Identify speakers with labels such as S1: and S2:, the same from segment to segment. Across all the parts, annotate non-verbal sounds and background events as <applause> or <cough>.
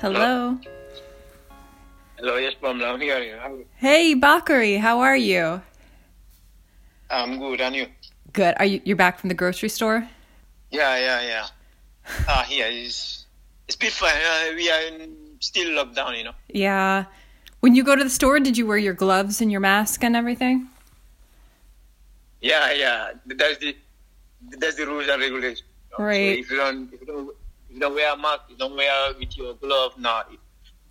S1: Hello.
S2: Hello, yes, ma'am. I'm hearing you. I'm-
S1: Hey, Bakari, how are you?
S2: I'm good, and you?
S1: Good. Are you you're back from the grocery store?
S2: Yeah, yeah, yeah. Ah, here is it's been fine. Uh, we are in still lockdown, you know.
S1: Yeah. When you go to the store, did you wear your gloves and your mask and everything?
S2: Yeah, yeah. That's the that's the rules and regulations. you know.
S1: Right.
S2: So if you don't if you don't if you don't wear a mask, you don't wear with your glove. No, it,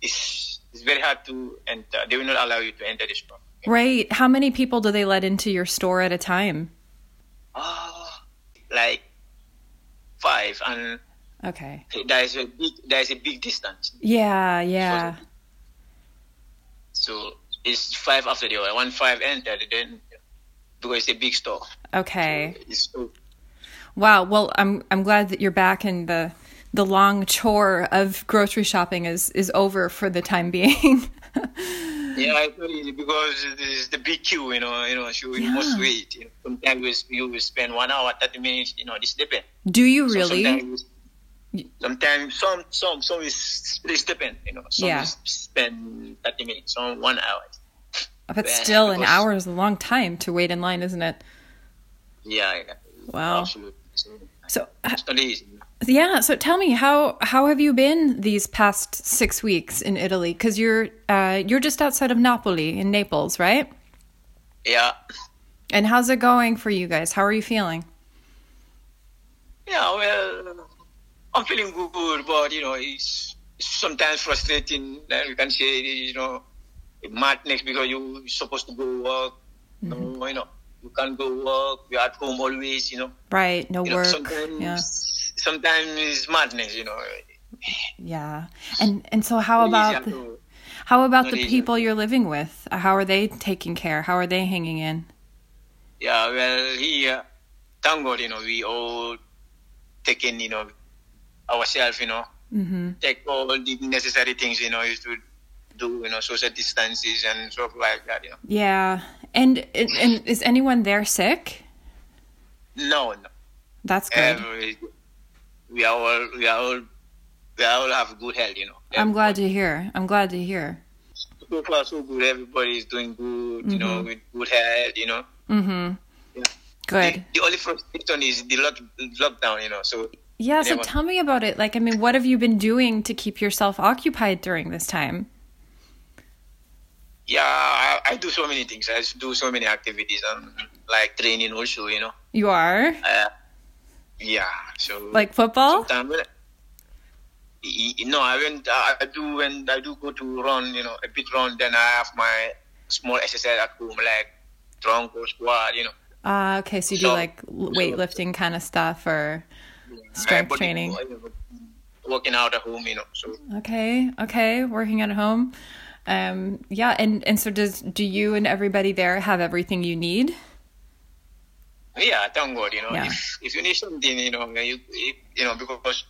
S2: it's it's very hard to enter. They will not allow you to enter the store.
S1: Right. How many people do they let into your store at a time?
S2: Ah, like five, and
S1: Okay.
S2: there is a big there is a big distance.
S1: Yeah, yeah.
S2: So it's five after the other. One five entered, then because it's a big store.
S1: Okay.
S2: It's,
S1: Wow. Well, I'm I'm glad that you're back and the the long chore of grocery shopping is is over for the time being. <laughs>
S2: yeah, I feel it because it's the big queue, you know. You know, so you must
S1: Yeah.
S2: wait. You know. Sometimes you will- you will spend one hour, thirty minutes. You know, this depend.
S1: Do you
S2: So
S1: really?
S2: sometimes, sometimes some some some is this depend. You know, some
S1: Yeah.
S2: is spend thirty minutes, some one hour.
S1: but
S2: Yeah,
S1: still an
S2: because-
S1: hour is a long time to wait in line, isn't it?
S2: Yeah, yeah.
S1: Wow.
S2: absolutely. So
S1: So
S2: it's not easy.
S1: Yeah, so tell me how how have you been these past 6 weeks in Italy cuz you're uh you're just outside of Napoli in Naples, right?
S2: Yeah,
S1: And how's it going for you guys? How are you feeling?
S2: yeah. Well, I'm feeling good, but you know, it's it's sometimes frustrating. Like you can say, you know, madness because you you're supposed to go work.
S1: Mm-hmm.
S2: No, you know, you can't go work. You're at home always. You know,
S1: Right, no
S2: you know.
S1: work.
S2: Sometimes,
S1: Yeah.
S2: sometimes it's madness. You know.
S1: Yeah. And and so how about
S2: Easy
S1: the,
S2: to-
S1: how about
S2: not
S1: the
S2: easy.
S1: people you're living with? How are they taking care? How are they hanging in?
S2: Yeah, well, here, thank God, you know, we all taking, you know, ourselves, you know,
S1: Mhm.
S2: take all the necessary things, you know, is to do, you know, social distances and stuff like that, you know.
S1: Yeah. And, and and is anyone there sick?
S2: No, no.
S1: That's good.
S2: Every, we are all, we are all, we all have good health, you know.
S1: I'm glad to hear. I'm glad to hear.
S2: So far, so good. Everybody is doing good, you know,
S1: Mm-hmm.
S2: with good health, you know.
S1: Mhm.
S2: Yeah.
S1: Good.
S2: The, the only frustration is the lock, lockdown, you know. So
S1: Yeah, so
S2: Anyone.
S1: tell me about it. Like, I mean, what have you been doing to keep yourself occupied during this time?
S2: yeah, I, I do so many things. I do so many activities and like training also, you know.
S1: You are
S2: Uh, yeah. So
S1: like football?
S2: sometime when I- y- y- no, I went. I I do when I do go to run, you know, a bit run. Then I have my small exercise at home, like drunk or squat, you know,
S1: Ah, okay, so you do
S2: So-
S1: like l- weightlifting kind of stuff or
S2: Uh,
S1: strength
S2: body-
S1: training.
S2: working out at home, you know. So
S1: Okay, okay, working at home. Um, yeah, and and so does do you and everybody there have everything you need?
S2: yeah, thank God, you know,
S1: Yeah.
S2: if if you need something, you know, you you you know because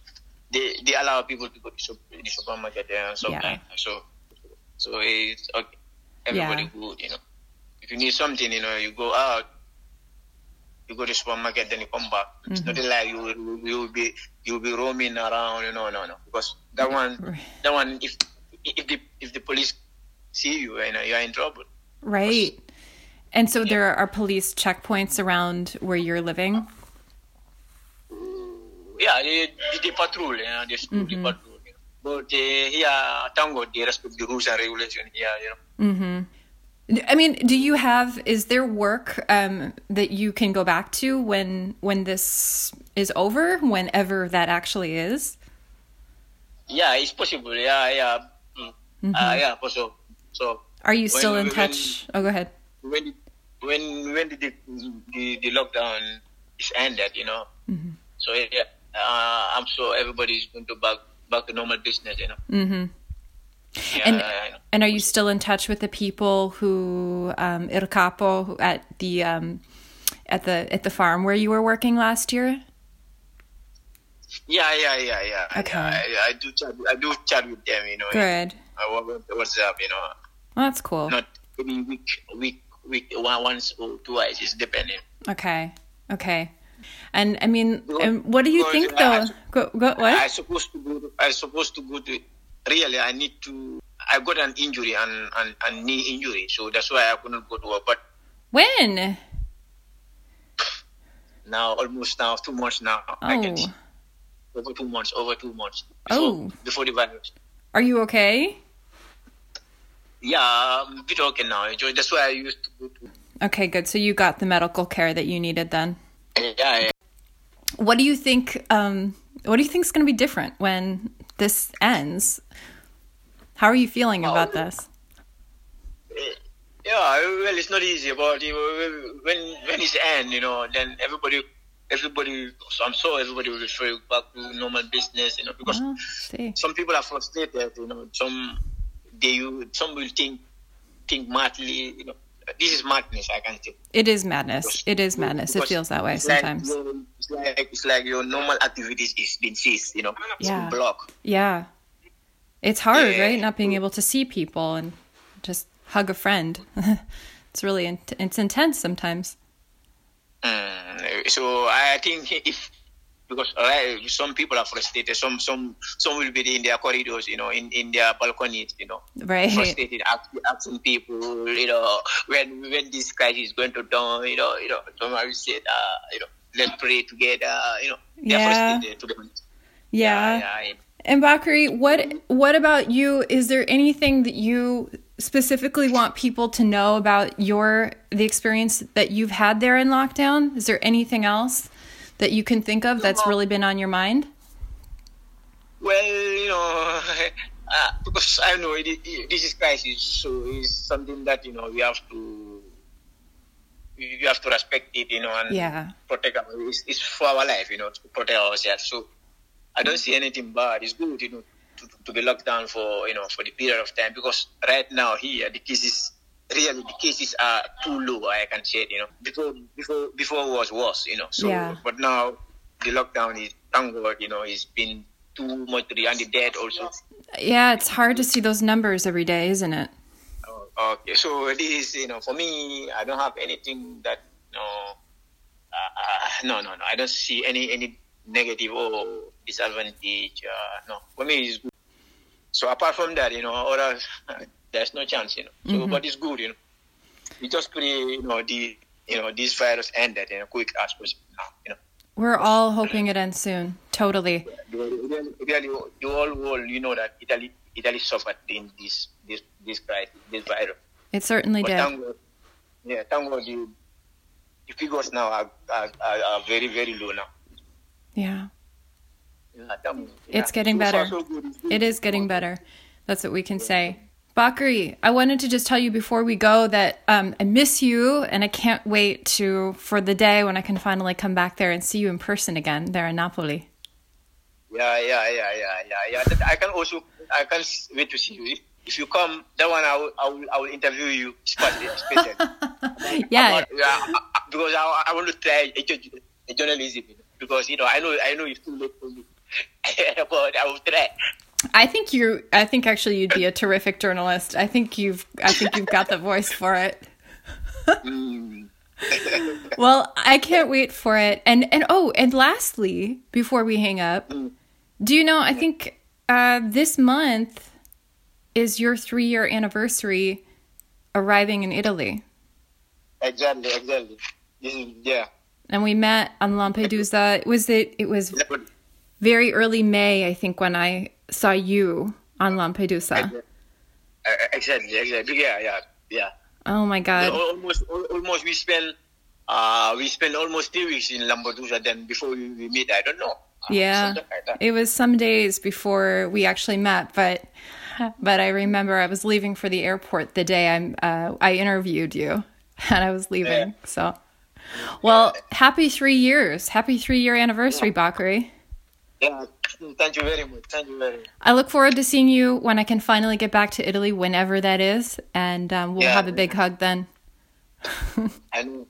S2: they they allow people to go to sup- the supermarket there and sometimes, so so it's okay. Everybody
S1: Yeah.
S2: good, you know. If you need something, you know, you go out, you go to supermarket, then you come back. It's
S1: Mm-hmm.
S2: not like you will- you will be you will be roaming around, you know, no, no, because that one that one if if the if the police see you, you know, you are in trouble.
S1: Right. And so there are police checkpoints around where you're living.
S2: yeah, they, they, they patrol, you know, they,
S1: Mm-hmm.
S2: they patrol. You know. But uh, yeah, thank God they respect the rules and regulation here, you know.
S1: I mean, do you have is there work um, that you can go back to when when this is over, whenever that actually is?
S2: Yeah, it's possible. Yeah, yeah, mm.
S1: Mm-hmm.
S2: uh, yeah, for sure. So
S1: Are you still
S2: When-
S1: in touch? Oh, go ahead.
S2: when when when did the the, the lockdown is ended, you know?
S1: Mm-hmm.
S2: So yeah, uh, I'm sure everybody's going to back back to normal business, you know. Mm-hmm. Yeah,
S1: And-
S2: I know.
S1: And are you still in touch with the people who um, Il Capo who- at the um, at the at the farm where you were working last year?
S2: yeah, yeah, yeah, yeah.
S1: Okay.
S2: I, I do chat. I do chat with them, you know.
S1: Good.
S2: I, what- what's up, you know?
S1: Well, that's cool.
S2: not every week, week, week, one, once or twice. It's depending.
S1: Okay. Okay. And I mean,
S2: Well,
S1: and what do you
S2: well,
S1: think
S2: I-
S1: though? Go, go, what?
S2: I supposed to go. To, I supposed to go to really I need to. I got an injury and and, and knee injury, so that's why I couldn't go to work. But
S1: When?
S2: now, almost now, two months now, I
S1: Oh.
S2: can see. over two months, over two months
S1: Oh.
S2: before, before the virus.
S1: Are you okay?
S2: Yeah, I'm a bit okay now. So That's why I used to go to.
S1: Okay, good. So you got the medical care that you needed then.
S2: Yeah, yeah.
S1: What do you think um what do you think's going to be different when this ends? How are you feeling about this?
S2: Yeah, well, it's not easy, but it- when when it's end, you know, then everybody, everybody. So I'm sure everybody will refer back to normal business, you know, because
S1: Well, Oh, see.
S2: some people are frustrated, you know. Some they some will think think madly, you know. This is madness, I can say.
S1: It is madness. It is madness. It
S2: Because
S1: feels that way
S2: it's like
S1: sometimes.
S2: your- it's, like, it's like your normal activities is being ceased, you know. It's
S1: Yeah.
S2: blocked.
S1: Yeah. It's hard,
S2: Yeah.
S1: right? Not being able to see people and just hug a friend. <laughs> it's really in- it's intense sometimes.
S2: Mm, so I think if because uh, some people are frustrated, some some some will be in their corridors, you know, in, in their balconies, you know,
S1: Right.
S2: frustrated, ask, asking people, you know, when when this crisis is going to down, you know, you know, somebody said, uh, you know, let's pray together, you know, they're
S1: Yeah.
S2: frustrated. To be honest.
S1: <laughs> Yeah.
S2: yeah, yeah.
S1: And Bakri, what what about you? Is there anything that you specifically want people to know about your the experience that you've had there in lockdown? Is there anything else that you can think of that's really been on your mind?
S2: Well, you know, <laughs> uh, because I know it, it, this is crisis, so it's something that you know we have to we have to respect it, you know, and
S1: Yeah.
S2: protect our. It's, it's for our life, you know, to protect ourselves. So I don't see anything bad. It's good, you know, to, to be locked down for you know for the period of time because right now here the cases really the cases are too low. I can say, you know, before before before it was worse, you know. So
S1: Yeah.
S2: but now the lockdown is thank God, you know, it's been too much re- and the dead also.
S1: Yeah, it's hard to see those numbers every day, isn't it?
S2: Oh, okay, so this is you know for me, I don't have anything that no, uh, no, no, no. I don't see any any negative or disadvantage. Uh, no, for me it's good. So apart from that, you know, other <laughs> there's no chance, you know. So, but it's good, you know. We just pray, you know, the you know this virus ended in a quick as possible now, you know.
S1: We're all hoping it ends soon. Totally.
S2: really, really, the whole world, you know that Italy, Italy suffered in this this this crisis, this virus.
S1: It certainly
S2: But
S1: did.
S2: thank God, yeah, thank God, the, the figures now are, are, are, are very very low now.
S1: Yeah.
S2: Yeah, thank God.
S1: It's
S2: Yeah.
S1: getting
S2: So far,
S1: better.
S2: so good. It's good.
S1: It is getting better. That's what we can say. Bakri, I wanted to just tell you before we go that um, I miss you and I can't wait to for the day when I can finally come back there and see you in person again there in Napoli.
S2: Yeah, yeah, yeah, yeah, yeah, yeah. That- I can also I can s- wait to see you. If, if you come, that one I will I will, I will interview you especially.
S1: <laughs>
S2: especially.
S1: Yeah,
S2: About- yeah, I- I- because I, I want to try a, jour- a journalism you know, because you know I know I know it's too late for me, <laughs> but I will try.
S1: I think you. I think actually you'd be a terrific journalist. I think you've. I think you've got the voice for it. well, I can't wait for it. And and oh, and lastly, before we hang up, do you know? I think uh, this month is your three year anniversary arriving in Italy,
S2: Exactly, exactly. This is yeah.
S1: and we met on Lampedusa. It was it? It was very early May, I think, when I saw you on Lampedusa.
S2: Uh, exactly, exactly. Yeah, yeah, yeah.
S1: Oh my god.
S2: Al- almost, al- almost. We spend, uh, we spend almost three weeks in Lampedusa. Then before we, we meet, I don't know. Uh,
S1: Yeah.
S2: something like that.
S1: It was some days before we actually met, but but I remember I was leaving for the airport the day I'm uh, I interviewed you <laughs> and I was leaving. So well, happy 3 years. Happy 3 year anniversary, Bakri.
S2: yeah. Thank you very much. Thank you very much.
S1: I look forward to seeing you when I can finally get back to Italy whenever that is and um, we'll
S2: Yeah.
S1: have a big hug then.
S2: And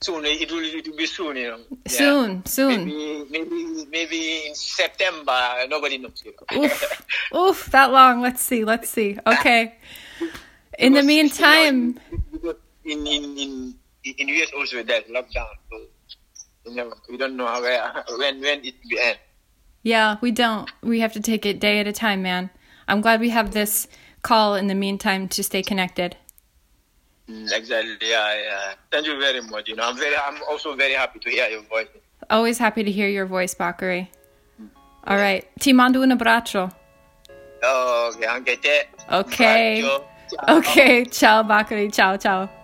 S2: soon it will, it will be soon, you know. Yeah.
S1: Soon, soon.
S2: Maybe, maybe, maybe in September. Nobody knows. You know.
S1: Oof. Oof, that long. Let's see. Let's see. Okay.
S2: <laughs>
S1: In the
S2: Because, you know,
S1: meantime,
S2: because in in in in US also there's lockdown, so you know we don't know how where, when when it will end.
S1: Yeah, we don't. We have to take it day at a time, man. I'm glad we have this call in the meantime to stay connected.
S2: Mm, Exactly. Yeah, yeah. Thank you very much. You know, I'm very, I'm also very happy to hear your voice.
S1: Always happy to hear your voice, Bakari. All right. Ti mando un abbraccio.
S2: Oh, okay, anche te.
S1: Okay.
S2: Bacio. Ciao.
S1: Okay. Ciao, Bakari. Ciao, ciao.